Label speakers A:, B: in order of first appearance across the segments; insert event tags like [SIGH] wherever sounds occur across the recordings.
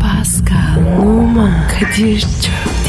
A: Pascal, Oman, Kadir çok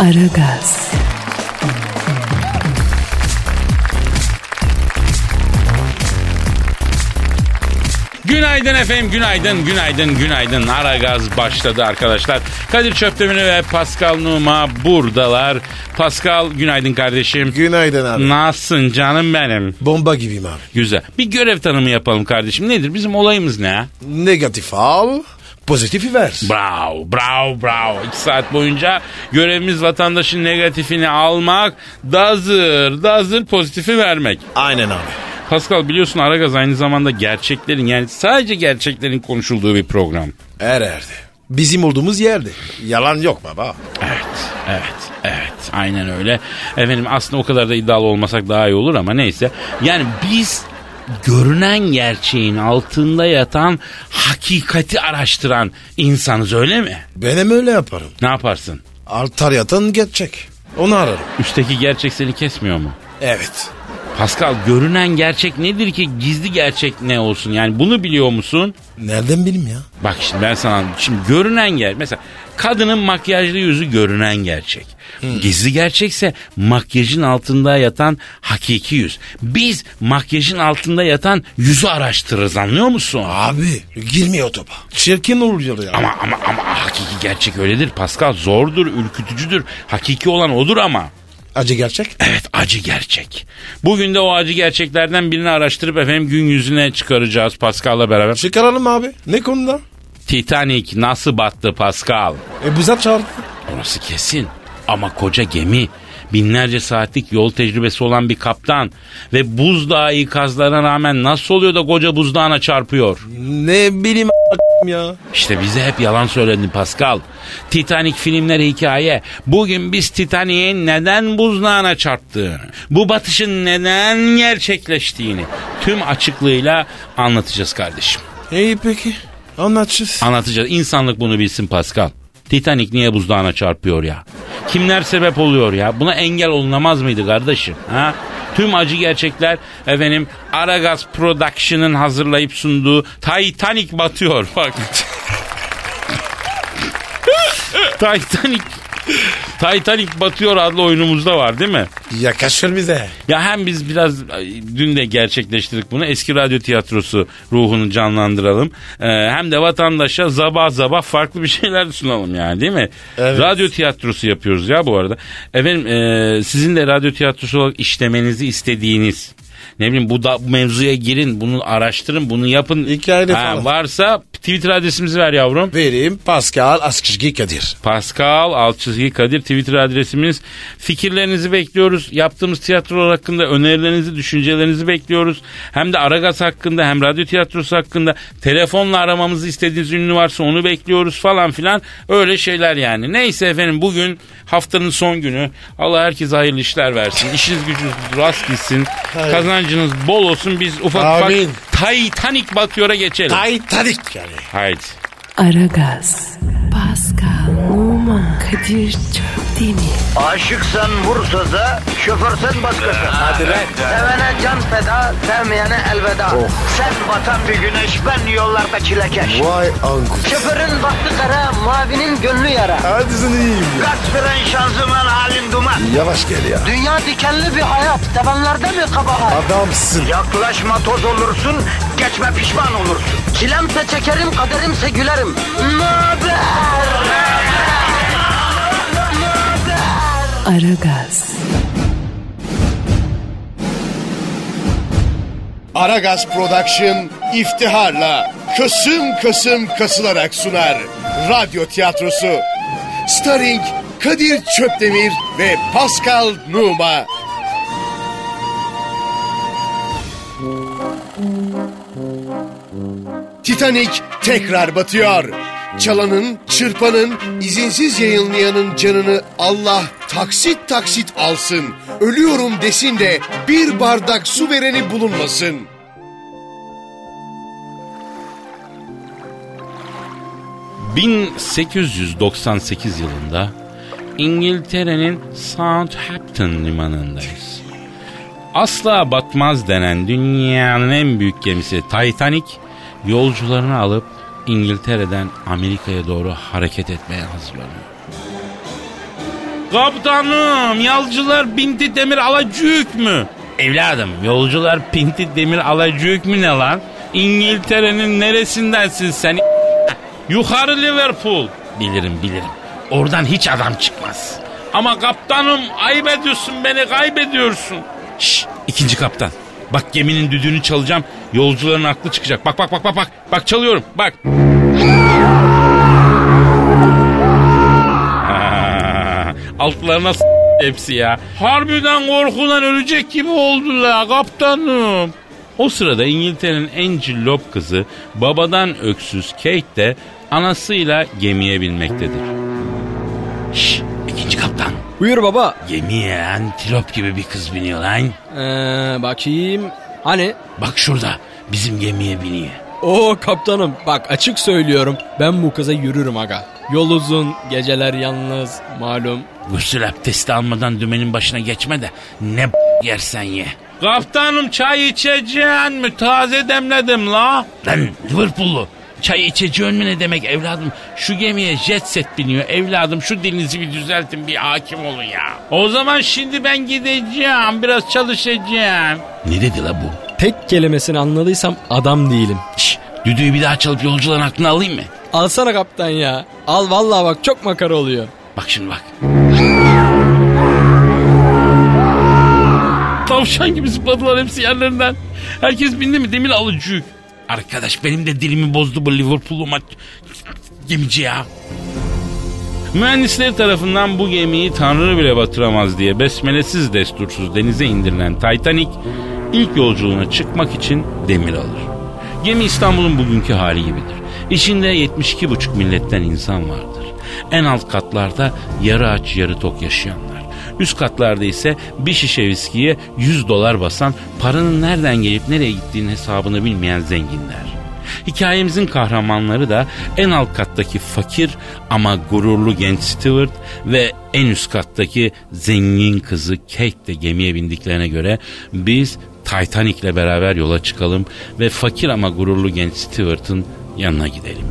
A: Aragaz,
B: Günaydın efendim, günaydın, günaydın, günaydın. Ara gaz başladı arkadaşlar. Kadir Çöptemir ve Pascal Numa buradalar. Pascal günaydın kardeşim.
C: Günaydın abi.
B: Nasılsın canım benim?
C: Hmm. Bomba gibiyim abi.
B: Güzel. Bir görev tanımı yapalım kardeşim. Nedir? Bizim olayımız ne?
C: Negatif al, pozitifi ver.
B: Bravo, bravo, bravo. İki saat boyunca görevimiz vatandaşın negatifini almak, dazır, dazır pozitifi vermek.
C: Aynen abi.
B: Pascal biliyorsun Aragaz aynı zamanda gerçeklerin yani sadece gerçeklerin konuşulduğu bir program.
C: Her yerde. Bizim olduğumuz yerde. Yalan yok baba.
B: Evet, evet, evet. Aynen öyle. Efendim aslında o kadar da iddialı olmasak daha iyi olur ama neyse. Yani biz görünen gerçeğin altında yatan hakikati araştıran insanız öyle mi?
C: Ben hem öyle yaparım.
B: Ne yaparsın?
C: Altar yatan gerçek. Onu ararım.
B: Üstteki gerçek seni kesmiyor mu?
C: Evet.
B: Pascal görünen gerçek nedir ki gizli gerçek ne olsun? Yani bunu biliyor musun?
C: Nereden bileyim ya?
B: Bak şimdi ben sana şimdi görünen ger mesela kadının makyajlı yüzü görünen gerçek. Gizli gerçekse makyajın altında yatan hakiki yüz. Biz makyajın altında yatan yüzü araştırırız anlıyor musun?
C: Abi girmiyor topa. Çirkin oluyor ya.
B: Ama ama ama hakiki gerçek öyledir Pascal zordur ürkütücüdür hakiki olan odur ama.
C: Acı gerçek.
B: Evet acı gerçek. Bugün de o acı gerçeklerden birini araştırıp efendim gün yüzüne çıkaracağız Pascal'la beraber.
C: Çıkaralım abi. Ne konuda?
B: Titanic nasıl battı Pascal?
C: E buza çağırdı.
B: Orası kesin. Ama koca gemi, binlerce saatlik yol tecrübesi olan bir kaptan ve buzdağı ikazlarına rağmen nasıl oluyor da koca buzdağına çarpıyor?
C: Ne bileyim a- ya.
B: İşte bize hep yalan söyledin Pascal. Titanic filmleri hikaye. Bugün biz Titanic'in neden buzdağına çarptığını, bu batışın neden gerçekleştiğini tüm açıklığıyla anlatacağız kardeşim.
C: İyi peki. Anlatacağız.
B: Anlatacağız. İnsanlık bunu bilsin Pascal. Titanic niye buzdağına çarpıyor ya? Kimler sebep oluyor ya? Buna engel olunamaz mıydı kardeşim? Ha? Tüm acı gerçekler efendim Aragaz Production'ın hazırlayıp sunduğu Titanic batıyor. [LAUGHS] Bak. Titanic Titanic batıyor adlı oyunumuzda var değil mi?
C: Yaklaşır bize.
B: Ya hem biz biraz ay, dün de gerçekleştirdik bunu. Eski radyo tiyatrosu ruhunu canlandıralım. Ee, hem de vatandaşa zaba zaba farklı bir şeyler sunalım yani değil mi?
C: Evet.
B: Radyo tiyatrosu yapıyoruz ya bu arada. Efendim e, sizin de radyo tiyatrosu olarak işlemenizi istediğiniz ne bileyim bu, da, bu mevzuya girin bunu araştırın bunu yapın.
C: Hikayeli
B: Ha,
C: falan.
B: Varsa Twitter adresimizi ver yavrum.
C: Vereyim Pascal Askışgi Kadir.
B: Pascal Alçızgi Kadir Twitter adresimiz. Fikirlerinizi bekliyoruz. Yaptığımız tiyatrolar hakkında önerilerinizi, düşüncelerinizi bekliyoruz. Hem de Aragaz hakkında hem radyo tiyatrosu hakkında telefonla aramamızı istediğiniz ünlü varsa onu bekliyoruz falan filan. Öyle şeyler yani. Neyse efendim bugün haftanın son günü. Allah herkese hayırlı işler versin. İşiniz gücünüz rast gitsin.
C: Hayır.
B: Kazancınız bol olsun. Biz ufak
C: Amin.
B: ufak Titanic batıyor'a geçelim.
C: Titanic yani.
B: Haydi.
A: Aragaz, Pascal, Oman, Kadir çok değil mi?
D: Aşıksan vursa da, şoförsen başkasın. Hadi Sevene can feda, sevmeyene elveda. Sen batan bir güneş, ben yollarda çilekeş.
C: Vay anku.
D: Şoförün baktı kara, mavinin gönlü yara.
C: Hadi sen iyiyim ya.
D: Kasperen şanzıman halin duman.
C: Yavaş gel ya.
D: Dünya dikenli bir hayat, sevenlerde mi kabahar?
C: Adamsın.
D: Yaklaşma toz olursun, geçme pişman olursun. Çilemse çekerim, kaderimse gülerim. Möber!
A: Aragaz,
E: Aragaz Production iftiharla kısım kısım kasılarak sunar. Radyo tiyatrosu. Starring Kadir Çöpdemir ve Pascal Numa. Titanic tekrar batıyor. Çalanın, çırpanın, izinsiz yayınlayanın canını Allah taksit taksit alsın. Ölüyorum desin de bir bardak su vereni bulunmasın.
B: ...1898 yılında... ...İngiltere'nin Southampton limanındayız. Asla batmaz denen dünyanın en büyük gemisi Titanic... ...yolcularını alıp İngiltere'den Amerika'ya doğru hareket etmeye hazırlanıyor. Kaptanım yolcular pinti demir alacık mı? Evladım yolcular pinti demir alacık mı ne lan? İngiltere'nin neresindensin sen? Yukarı Liverpool. Bilirim bilirim. Oradan hiç adam çıkmaz. Ama kaptanım ayıp ediyorsun beni kaybediyorsun. Şşş ikinci kaptan. Bak geminin düdüğünü çalacağım. Yolcuların aklı çıkacak. Bak bak bak bak bak. Bak çalıyorum bak. Ha, Altlarına s- hepsi ya. Harbiden korkudan ölecek gibi oldular kaptanım. O sırada İngiltere'nin en cillop kızı babadan öksüz Kate de anasıyla gemiye binmektedir. Şşş ikinci kaptan.
F: Buyur baba.
B: Gemiye antilop gibi bir kız biniyor lan.
F: Ee, bakayım. Hani?
B: Bak şurada bizim gemiye biniyor.
F: Oo kaptanım bak açık söylüyorum ben bu kıza yürürüm aga. Yol uzun, geceler yalnız malum.
B: Gusül abdesti almadan dümenin başına geçme de ne yersen ye. Kaptanım çay içeceğin mi? Taze demledim la. Lan Liverpool'lu. Çay içeceğin mi ne demek evladım? Şu gemiye jet set biniyor evladım. Şu dilinizi bir düzeltin bir hakim olun ya. O zaman şimdi ben gideceğim. Biraz çalışacağım. Ne dedi la bu?
F: Tek kelimesini anladıysam adam değilim.
B: Şş, düdüğü bir daha çalıp yolcuların aklını alayım mı?
F: Alsana kaptan ya. Al vallahi bak çok makara oluyor.
B: Bak şimdi bak. Tavşan gibi zıpladılar hepsi yerlerinden. Herkes bindi mi demir alıcı. Arkadaş benim de dilimi bozdu bu Liverpool'lu maç gemici ya. Mühendisleri tarafından bu gemiyi tanrı bile batıramaz diye besmelesiz destursuz denize indirilen Titanic ilk yolculuğuna çıkmak için demir alır. Gemi İstanbul'un bugünkü hali gibidir. İçinde 72,5 milletten insan vardır. En alt katlarda yarı aç yarı tok yaşayanlar. Üst katlarda ise bir şişe viskiye 100 dolar basan paranın nereden gelip nereye gittiğinin hesabını bilmeyen zenginler. Hikayemizin kahramanları da en alt kattaki fakir ama gururlu genç Stewart ve en üst kattaki zengin kızı Kate de gemiye bindiklerine göre biz Titanic'le beraber yola çıkalım ve fakir ama gururlu genç Stewart'ın yanına gidelim.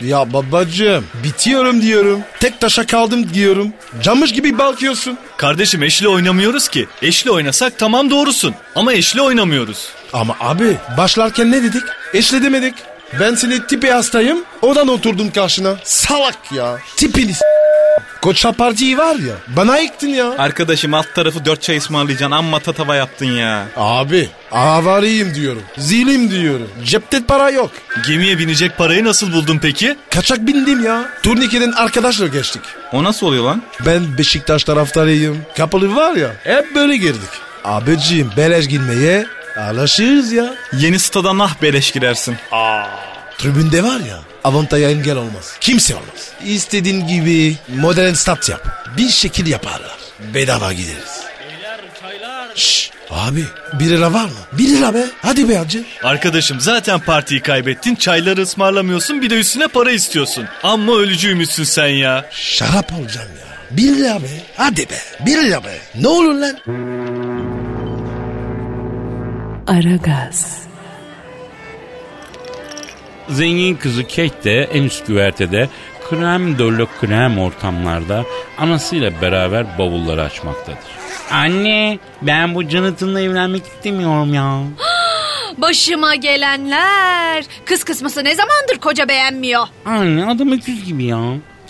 C: Ya babacığım bitiyorum diyorum. Tek taşa kaldım diyorum. Camış gibi balkıyorsun.
G: Kardeşim eşli oynamıyoruz ki. Eşli oynasak tamam doğrusun. Ama eşli oynamıyoruz.
C: Ama abi başlarken ne dedik? Eşle demedik. Ben seni tipi hastayım. Oradan oturdum karşına. Salak ya. Tipini s- Koça partiyi var ya. Bana yıktın ya.
G: Arkadaşım alt tarafı dört çay ısmarlayacaksın. Amma tatava yaptın ya.
C: Abi avariyim diyorum. Zilim diyorum. Cepte para yok.
G: Gemiye binecek parayı nasıl buldun peki?
C: Kaçak bindim ya. Turnikeden arkadaşla geçtik.
G: O nasıl oluyor lan?
C: Ben Beşiktaş taraftarıyım. Kapalı var ya. Hep böyle girdik. Abiciğim beleş girmeye alışırız ya.
G: Yeni stadan ah beleş girersin.
C: Tribünde var ya avantaja engel olmaz. Kimse olmaz. İstediğin gibi modern stat yap. Bir şekil yaparlar. Bedava gideriz. Şşş abi bir lira var mı? Bir lira be. Hadi be hacı.
G: Arkadaşım zaten partiyi kaybettin. Çayları ısmarlamıyorsun. Bir de üstüne para istiyorsun. Amma ölücüymüşsün sen ya.
C: Şarap alacağım ya. Bir lira be. Hadi be. Bir lira be. Ne olur lan?
A: Aragaz,
B: Zengin kızı Kate de en üst güvertede krem döllü krem ortamlarda anasıyla beraber bavulları açmaktadır. Anne ben bu Jonathan'la evlenmek istemiyorum ya.
H: Başıma gelenler. Kız kısmısı ne zamandır koca beğenmiyor?
B: Anne adam öküz gibi ya.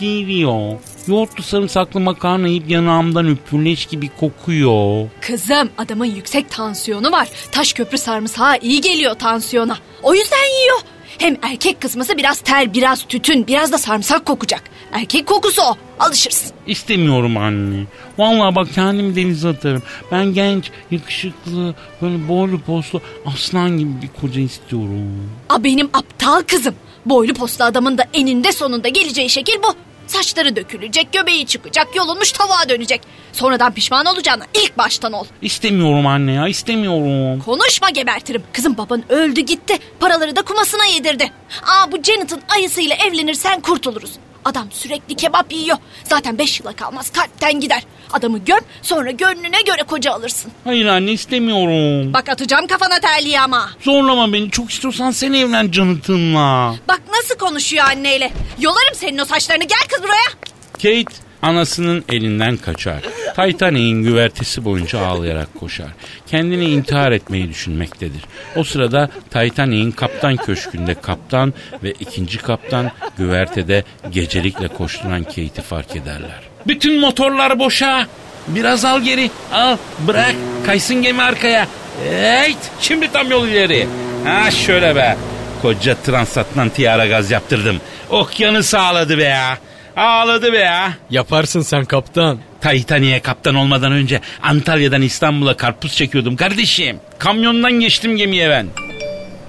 B: Geliyor. Yoğurtlu sarımsaklı makarna yiyip yanağımdan üpürleş gibi kokuyor.
H: Kızım adamın yüksek tansiyonu var. Taş köprü sarımsağı iyi geliyor tansiyona. O yüzden yiyor. Hem erkek kısması biraz ter, biraz tütün, biraz da sarımsak kokacak. Erkek kokusu o. Alışırsın.
B: İstemiyorum anne. Vallahi bak kendimi denize atarım. Ben genç, yakışıklı, böyle boylu poslu aslan gibi bir koca istiyorum.
H: A benim aptal kızım. Boylu postlu adamın da eninde sonunda geleceği şekil bu. Saçları dökülecek, göbeği çıkacak, yolunmuş tavuğa dönecek. Sonradan pişman olacağına ilk baştan ol.
B: İstemiyorum anne ya istemiyorum.
H: Konuşma gebertirim. Kızım baban öldü gitti. Paraları da kumasına yedirdi. Aa bu Janet'ın ayısıyla evlenirsen kurtuluruz. Adam sürekli kebap yiyor. Zaten beş yıla kalmaz kalpten gider. Adamı göm sonra gönlüne göre koca alırsın.
B: Hayır anne istemiyorum.
H: Bak atacağım kafana terliği ama.
B: Zorlama beni çok istiyorsan sen evlen Jonathan'la.
H: Bak nasıl konuşuyor anneyle. Yolarım senin o saçlarını gel kız buraya.
B: Kate anasının elinden kaçar. Titanic'in güvertesi boyunca ağlayarak koşar. Kendini intihar etmeyi düşünmektedir. O sırada Titanic'in kaptan köşkünde kaptan ve ikinci kaptan güvertede gecelikle koşturan Kate'i fark ederler. Bütün motorlar boşa. Biraz al geri. Al bırak. Kaysın gemi arkaya. Evet. Şimdi tam yol ileri. Ha şöyle be. Koca transatlantiğe ara gaz yaptırdım. Okyanus ağladı be ya. Ağladı be ya.
F: Yaparsın sen kaptan.
B: Titanic'e kaptan olmadan önce Antalya'dan İstanbul'a karpuz çekiyordum kardeşim. Kamyondan geçtim gemiye ben.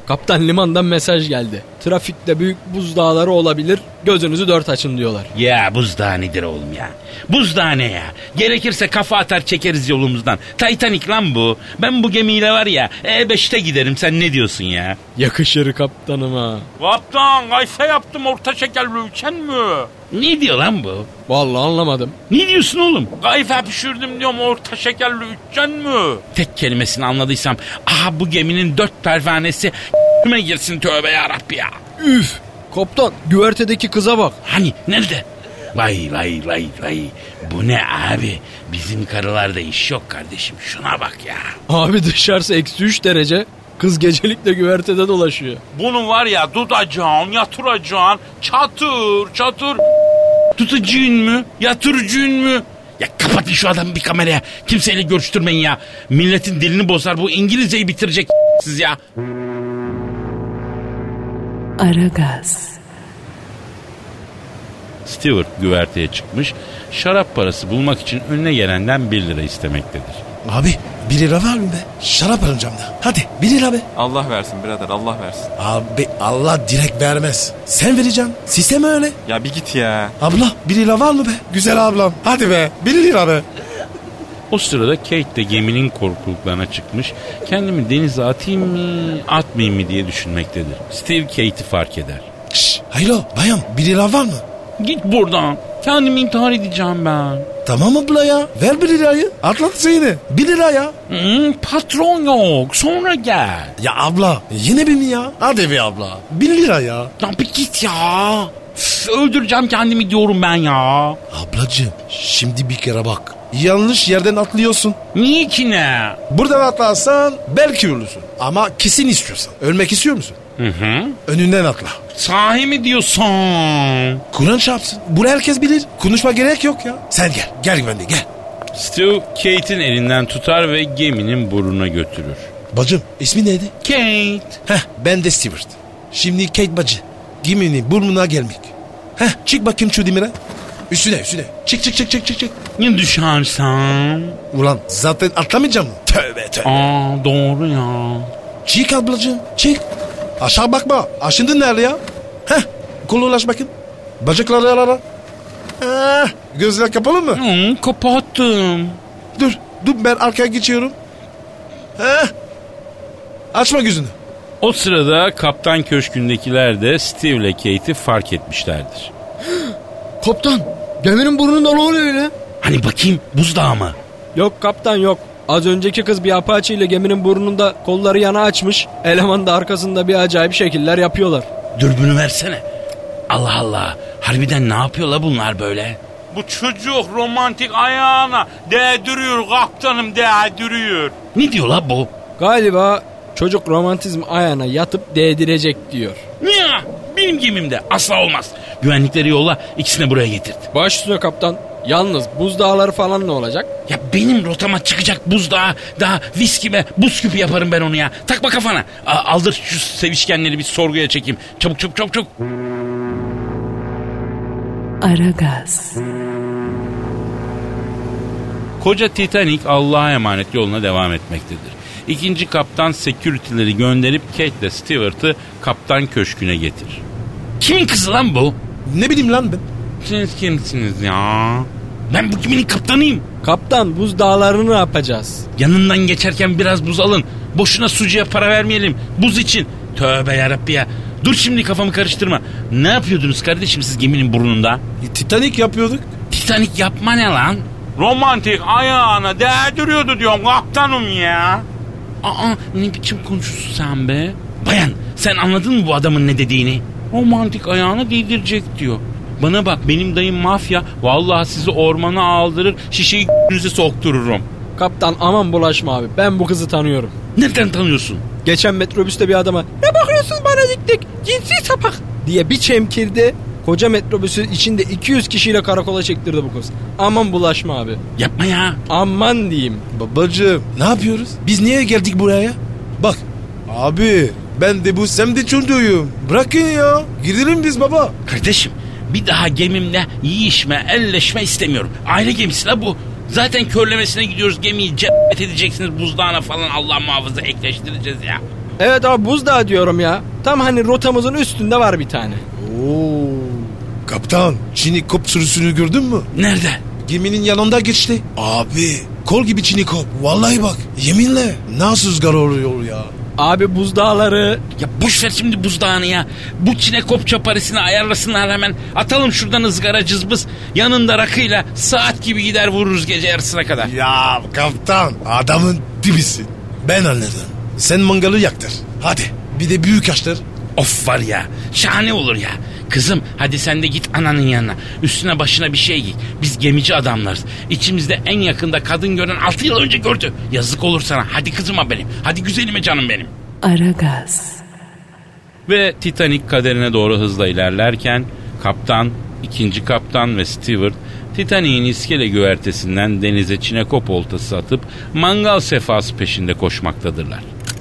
F: Kaptan limandan mesaj geldi. Trafikte büyük buzdağları olabilir. Gözünüzü dört açın diyorlar.
B: Ya buzdağı nedir oğlum ya? Buzdağı ne ya? Gerekirse kafa atar çekeriz yolumuzdan. Titanic lan bu. Ben bu gemiyle var ya E5'te giderim sen ne diyorsun ya?
F: Yakışır kaptanıma.
B: Kaptan kaysa yaptım orta şekerli üçen mi? Ne diyor lan bu?
F: Vallahi anlamadım.
B: Ne diyorsun oğlum? Kayfa pişirdim diyorum orta şekerli üçgen mi? Tek kelimesini anladıysam aha bu geminin dört pervanesi ...me girsin tövbe yarabbi ya.
F: Üf. Kaptan güvertedeki kıza bak.
B: Hani nerede? Vay vay vay vay. Bu ne abi? Bizim karılarda iş yok kardeşim. Şuna bak ya.
F: Abi dışarısı eksi 3 derece. Kız gecelikle güvertede dolaşıyor.
B: Bunu var ya tutacağın, yatıracağın, çatır çatır tutucun mu, yatırcın mu? Ya kapatın şu adamı bir kameraya. Kimseyle görüştürmeyin ya. Milletin dilini bozar bu İngilizceyi bitirecek siz ya.
A: Aragaz,
B: Stewart güverteye çıkmış. Şarap parası bulmak için önüne gelenden 1 lira istemektedir.
C: Abi 1 lira var mı be? Şarap alacağım da. Hadi 1 lira be.
I: Allah versin birader Allah versin.
C: Abi Allah direkt vermez. Sen vereceksin. Sistem öyle.
I: Ya bir git ya.
C: Abla 1 lira var mı be? Güzel ablam. Hadi be 1 lira be.
B: O sırada Kate de geminin korkuluklarına çıkmış. Kendimi denize atayım mı, atmayayım mı diye düşünmektedir. Steve Kate'i fark eder.
C: Şşş. Haylo bayan 1 lira var mı?
B: Git buradan. Kendimi intihar edeceğim ben.
C: Tamam abla ya. Ver 1 lirayı. Atlat seni. 1 lira ya.
B: Hmm, patron yok. Sonra gel.
C: Ya abla yine bir mi ya? Hadi be abla. 1 lira ya.
B: Ya bir git ya. Üf, öldüreceğim kendimi diyorum ben ya.
C: Ablacığım şimdi bir kere bak. Yanlış yerden atlıyorsun.
B: Niye ki ne?
C: Buradan atlarsan belki ölürsün. Ama kesin istiyorsan. Ölmek istiyor musun?
B: Hı hı.
C: Önünden atla.
B: Sahi mi diyorsun?
C: Kur'an çarpsın. Bunu herkes bilir. Konuşma gerek yok ya. Sen gel. Gel güvenli gel.
B: Stu Kate'in elinden tutar ve geminin burnuna götürür.
C: Bacım ismi neydi?
B: Kate.
C: Heh ben de Stewart. Şimdi Kate bacı. Geminin burnuna gelmek. Heh çık bakayım şu demire. Üstüne üstüne. Çık çık çık çık çık. çık.
B: Ne düşersen?
C: Ulan zaten atlamayacağım mı? Tövbe tövbe.
B: Aa doğru ya.
C: Çık ablacığım çık. Aşağı bakma. Aşındın nerede ya? Heh kolu ulaş bakayım. Bacakları ara ara. Ah, gözler kapalı mı?
B: Hı, kapattım.
C: Dur dur ben arkaya geçiyorum. Heh. Açma gözünü.
B: O sırada kaptan köşkündekiler de Steve ile Kate'i fark etmişlerdir.
F: Kaptan geminin burnunda ne oluyor öyle?
B: Hani bakayım buzdağı mı?
F: Yok kaptan yok. Az önceki kız bir apaçı ile geminin burnunda kolları yana açmış. Eleman da arkasında bir acayip şekiller yapıyorlar.
B: Dürbünü versene. Allah Allah. Harbiden ne yapıyorlar bunlar böyle? Bu çocuk romantik ayağına değdiriyor kaptanım değdiriyor. Ne diyor la bu?
F: Galiba çocuk romantizm ayağına yatıp değdirecek diyor.
B: Niye? Benim gemimde asla olmaz. Güvenlikleri yolla ikisini buraya getirt.
F: Baş üstüne kaptan. Yalnız buzdağları falan ne olacak?
B: Ya benim rotama çıkacak buzdağı daha viskime buz küpü yaparım ben onu ya. Takma kafana. A- aldır şu sevişkenleri bir sorguya çekeyim. Çabuk çabuk çabuk çabuk.
A: Aragaz.
B: Koca Titanic Allah'a emanet yoluna devam etmektedir. İkinci kaptan security'leri gönderip Kate ile Stewart'ı kaptan köşküne getir. Kimin kızı lan bu?
C: Ne bileyim lan ben.
B: Siz kimsiniz ya? Ben bu geminin kaptanıyım.
F: Kaptan buzdağlarını ne yapacağız?
B: Yanından geçerken biraz buz alın. Boşuna sucuya para vermeyelim. Buz için. Tövbe yarabbi ya. Dur şimdi kafamı karıştırma. Ne yapıyordunuz kardeşim siz geminin burnunda?
C: E, Titanic yapıyorduk.
B: Titanik yapma ne lan? Romantik ayağına değdiriyordu diyorum kaptanım ya. Aa ne biçim konuşuyorsun sen be? Bayan sen anladın mı bu adamın ne dediğini? Romantik ayağını değdirecek diyor. Bana bak benim dayım mafya. Vallahi sizi ormana aldırır şişeyi [LAUGHS] yüzü soktururum.
F: Kaptan aman bulaşma abi ben bu kızı tanıyorum.
B: Nereden tanıyorsun?
F: Geçen metrobüste bir adama ne bakıyorsun bana dik dik cinsi sapak diye bir çemkirdi. Koca metrobüsü içinde 200 kişiyle karakola çektirdi bu kız. Aman bulaşma abi.
B: Yapma ya.
F: Aman diyeyim.
C: Babacığım ne yapıyoruz? Biz niye geldik buraya? Bak abi ben de bu semdi çocuğuyum. Bırakın ya. Gidelim biz baba.
B: Kardeşim bir daha gemimle yiyişme, elleşme istemiyorum. Aile gemisi la bu. Zaten körlemesine gidiyoruz gemiyi cephet edeceksiniz buzdağına falan Allah muhafaza ekleştireceğiz ya.
F: Evet abi buzdağı diyorum ya. Tam hani rotamızın üstünde var bir tane.
C: Oo. Kaptan Çin'i kop sürüsünü gördün mü?
B: Nerede?
C: Geminin yanında geçti. Abi kol gibi Çin'i kop. Vallahi bak yeminle nasıl rüzgar oluyor ya.
F: Abi buzdağları
B: Ya boş ver şimdi buzdağını ya. Bu çine kopça parisini ayarlasınlar hemen. Atalım şuradan ızgara cızbız. Yanında rakıyla saat gibi gider vururuz gece yarısına kadar.
C: Ya kaptan adamın dibisin. Ben anladım. Sen mangalı yaktır. Hadi bir de büyük açtır.
B: Of var ya şahane olur ya. Kızım hadi sen de git ananın yanına. Üstüne başına bir şey giy. Biz gemici adamlarız. İçimizde en yakında kadın gören 6 yıl önce gördü. Yazık olur sana. Hadi kızıma benim. Hadi güzelime canım benim.
A: Aragaz.
B: Ve Titanic kaderine doğru hızla ilerlerken kaptan, ikinci kaptan ve Stewart Titanic'in iskele güvertesinden denize çinekop oltası atıp mangal sefası peşinde koşmaktadırlar.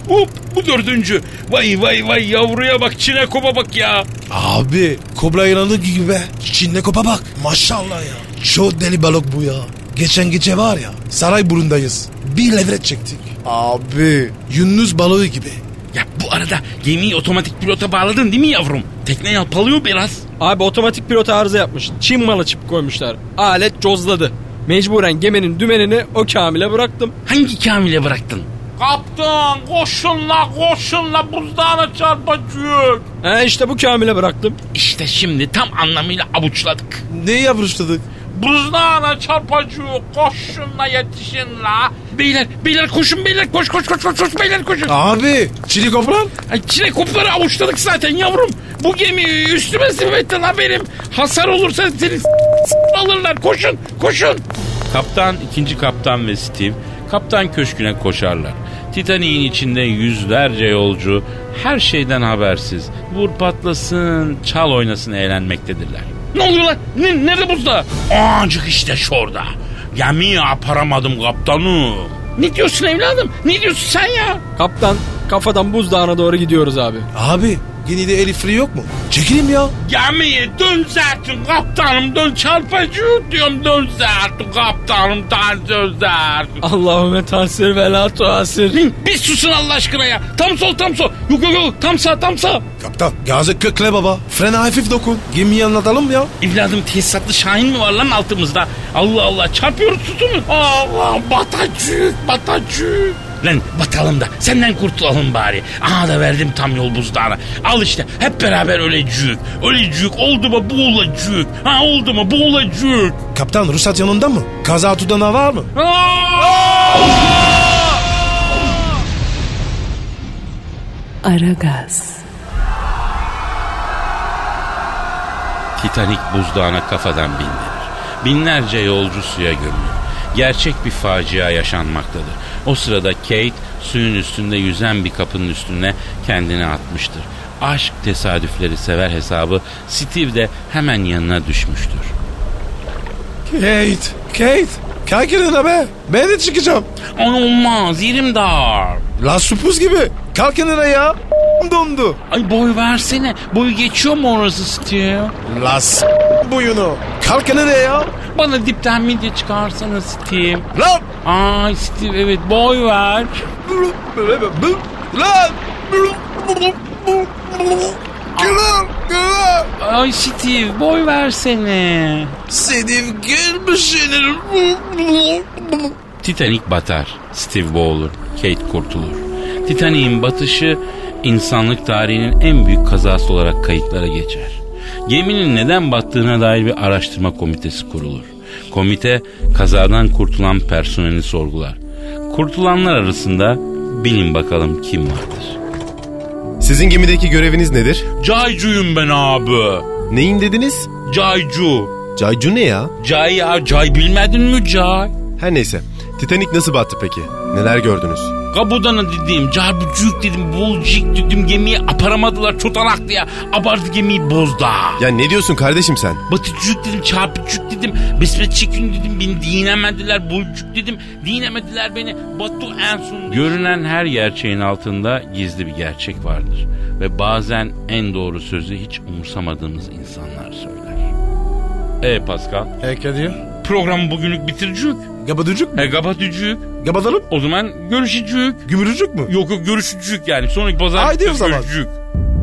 B: Hop bu dördüncü. Vay vay vay yavruya bak çinekopa bak ya.
C: Abi kobra yılanı gibi be. Çin'le kopa bak. Maşallah ya. Çok deli balık bu ya. Geçen gece var ya Sarayburnu'ndayız. Bir levret çektik. Abi. Yunus balığı gibi.
B: Ya bu arada gemiyi otomatik pilota bağladın değil mi yavrum? Tekne yalpalıyor biraz.
F: abi otomatik pilot arıza yapmış. Çin malı çip koymuşlar. Alet cozladı. Mecburen geminin dümenini o kamile bıraktım.
B: Hangi kamile bıraktın? Kaptan koşun la koşun la buzdağına çarpacak.
F: He işte bu kamile bıraktım.
B: İşte şimdi tam anlamıyla avuçladık.
C: Ne yavruşladık?
B: Buzdağına çarpacak koşun la yetişin la. Beyler beyler koşun beyler koş koş koş koş, koş beyler koşun.
C: Abi. Çin'li kopran.
B: Ay çinekopları avuçladık zaten yavrum. Bu gemi üstüme simetti la benim. Hasar olursa seni s- s- alırlar. Koşun, koşun. Kaptan, ikinci kaptan ve Steve kaptan köşküne koşarlar. Titanik'in içinde yüzlerce yolcu her şeyden habersiz. Vur patlasın, çal oynasın eğlenmektedirler. Ne oluyor lan? Ne, nerede buzda? Ancak işte şurada. Gemiyi aparamadım kaptanım. Ne diyorsun evladım? Ne diyorsun sen ya?
F: Kaptan kafadan buzdağına doğru gidiyoruz abi.
C: Abi. Yine de eli free yok mu? Çekelim ya.
B: Gemiye dön zaten kaptanım dön çarpıcı diyorum dön zaten kaptanım dön, dön zaten.
F: Allahümme tasir ve la tuasir.
B: Lan Bir susun Allah aşkına ya. Tam sol tam sol. Yok yok yok tam sağ tam sağ.
C: Kaptan. Gazı kökle baba. Frene hafif dokun. Gemiyi anlatalım ya.
B: Evladım tesisatlı Şahin mi var lan altımızda? Allah Allah çarpıyoruz susunuz. Allah batacık batacık. Lan batalım da senden kurtulalım bari. Aha da verdim tam yol buzdağına. Al işte hep beraber ölecük. Ölecük oldu mu boğulacık. Ha oldu mu boğulacık.
C: Kaptan ruhsat yanında mı? Kaza tutanağı var mı?
A: Aragaz.
B: Titanik buzdağına kafadan bindirir. Binlerce yolcu suya gömülür. Gerçek bir facia yaşanmaktadır. O sırada Kate suyun üstünde yüzen bir kapının üstüne kendini atmıştır. Aşk tesadüfleri sever hesabı Steve de hemen yanına düşmüştür.
C: Kate, Kate. Kalk yanına be. Ben de çıkacağım.
B: An olmaz yerim dar.
C: Lan supuz gibi. Kalk yanına ya. Dondu.
B: Ay boy versene. Boyu geçiyor mu orası Steve?
C: Las boyunu. Kalk yanına ya.
B: Bana dipten midye çıkarsana Steve.
C: Lan.
B: Ay Steve evet boy ver.
C: Lan. Gülüm, gülüm.
B: Ay Steve boy versene.
C: Senin gülmüşsün.
B: Titanic batar. Steve boğulur. Kate kurtulur. Titanic'in batışı insanlık tarihinin en büyük kazası olarak kayıtlara geçer. Geminin neden battığına dair bir araştırma komitesi kurulur. Komite kazadan kurtulan personeli sorgular. Kurtulanlar arasında bilin bakalım kim vardır.
J: Sizin gemideki göreviniz nedir?
B: Caycuyum ben abi.
J: Neyin dediniz?
B: Caycu.
J: Caycu ne ya?
B: Cay ya cay bilmedin mi cay?
J: Her neyse. Titanic nasıl battı peki? Neler gördünüz?
B: Kabudana dedim, carbucuk dedim, bolcik dedim gemiyi aparamadılar çotanak diye. Abartı gemiyi bozdu.
J: Ya ne diyorsun kardeşim sen?
B: Batıcık dedim, çarpıcık dedim, besmet çekin dedim, beni diyinemediler, bolcuk dedim, diyinemediler beni. Batu en son. Görünen her gerçeğin altında gizli bir gerçek vardır. Ve bazen en doğru sözü hiç umursamadığımız insanlar söyler. E Pascal,
C: E Kadir.
B: programı bugünlük bitiricük.
C: Gabaducuk mu?
B: E kapatıcık.
C: Gabadanım.
B: O zaman görüşücük.
C: Gümürücük mü?
B: Yok yok görüşücük yani. Sonraki pazar
C: Haydi o
B: günü
C: zaman.
B: görüşücük.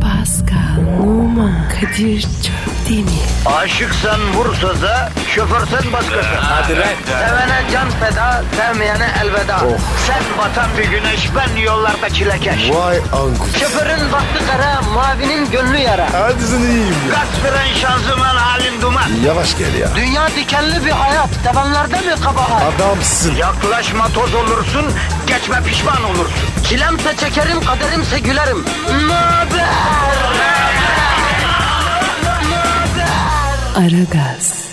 A: Pascal, Numan, Kadir çok değil mi?
D: Aşıksan vursa da, şoförsen başkasın. Hadi lan. Sevene can feda, sevmeyene elveda.
C: Oh.
D: Sen batan bir güneş, ben yollarda çilekeş.
C: Vay anku.
D: Şoförün baktı kara, mavinin gönlü yara.
C: Hadi sen iyiyim ya.
D: Kasperen şanzıman halin duman.
C: Yavaş gel ya.
D: Dünya dikenli bir hayat, sevenlerde mi kabahar?
C: Adamsın.
D: Yaklaşma toz olursun, geçme pişman olursun. Çilemse çekerim, kaderimse gülerim. Möber!
A: Aragaz.